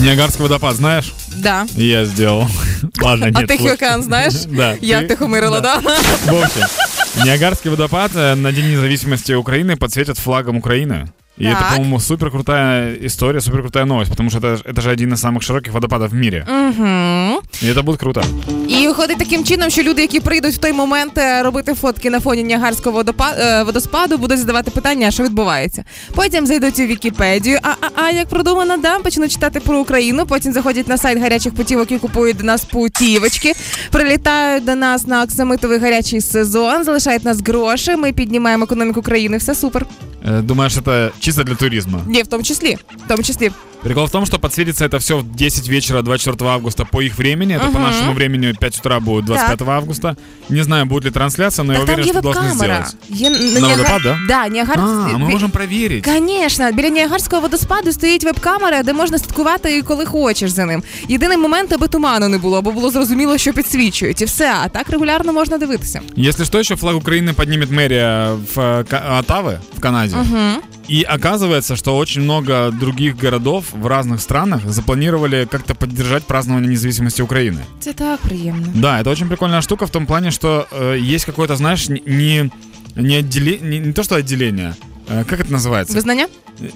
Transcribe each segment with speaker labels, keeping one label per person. Speaker 1: Ниагарский водопад знаешь?
Speaker 2: Да.
Speaker 1: Я сделал. Ладно,
Speaker 2: А
Speaker 1: нет.
Speaker 2: Тихий
Speaker 1: лучше.
Speaker 2: океан знаєш?
Speaker 1: Да.
Speaker 2: Я
Speaker 1: Ты-
Speaker 2: тихомирила, да?
Speaker 1: В общем, Ниагарский водопад э, на День независимости Украины подсветят флагом Украины. И это,
Speaker 2: Так.
Speaker 1: по-моему, супер крутая история, супер крутая новость, потому что это, ж- это же один из самых широких водопадов в мире.
Speaker 2: Угу.
Speaker 1: И это будет круто.
Speaker 2: І виходить таким чином, що люди, які прийдуть в той момент е, робити фотки на фоні Ніагарського водопа- е, водоспаду, будуть задавати питання, що відбувається. Потім зайдуть у Вікіпедію. А, а, а як продумано, да, почнуть читати про Україну. Потім заходять на сайт гарячих путівок і купують до нас путівочки. Прилітають до нас на оксамитовий гарячий сезон, залишають нас гроші. Ми піднімаємо економіку країни. Все супер.
Speaker 1: Э, Думаешь, это чисто для туризма?
Speaker 2: Ні, в тому числі. В тому числі.
Speaker 1: Прикол в том, что подсветится это все в 10 вечера 24 августа по их времени. Это по
Speaker 2: Мгм.
Speaker 1: нашему времени 5 утра будет 25 августа. Не знаю, будет ли трансляция, но Ну, я
Speaker 2: так там
Speaker 1: уверен,
Speaker 2: є
Speaker 1: что должны
Speaker 2: веб-камера.
Speaker 1: сделать.
Speaker 2: Є на
Speaker 1: водопад,
Speaker 2: Ніагар-
Speaker 1: да?
Speaker 2: Да, Ніагар...
Speaker 1: А, ну, мы
Speaker 2: Ві-
Speaker 1: можем проверить.
Speaker 2: Звісно, біля Ніагарського водоспаду стоїть веб-камера, де можна слідкувати і коли хочеш за ним. Єдиний момент, аби туману не було, бо було зрозуміло, що підсвічують, і все. А так регулярно можна дивитися.
Speaker 1: Если что, еще флаг Украины поднимет мэрия в э, Ка- Оттавы в Канаде. И оказывается, что очень много других городов в разных странах запланировали как-то поддержать празднование независимости Украины.
Speaker 2: Це так приємно.
Speaker 1: Да, это очень прикольная штука в том плане, что э, есть какое-то, знаешь, н- не, не, отделе- не, не то что отделение, э, как это называется?
Speaker 2: Визнання?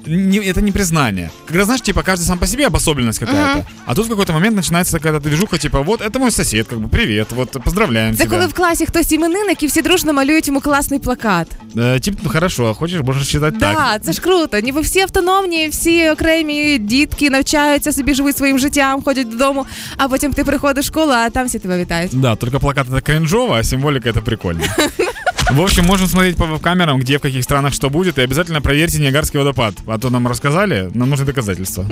Speaker 1: Не- это не признание. Когда, знаешь, типа каждый сам по себе обособленность какая-то. А тут в какой-то момент начинается какая-то движуха, типа, вот это мой сосед, как бы, привет, вот поздравляем
Speaker 2: Це
Speaker 1: тебя.
Speaker 2: коли в класі хтось іменинник і всі дружно малюють йому класний плакат.
Speaker 1: Э, типа, ну хорошо, а хочешь, можешь считать так.
Speaker 2: Да, це ж круто. Ніби всі автономні, всі окремі дітки навчаються собі, живуть своїм життям, ходять додому, а потім ти приходиш в школу, а там всі тебе вітають.
Speaker 1: Да, только плакат это кринжово, а символика это прикольно. В общем, можем смотреть по веб-камерам, где, в каких странах что будет, и обязательно проверьте Ниагарский водопад. А то нам рассказали, нам нужны доказательства.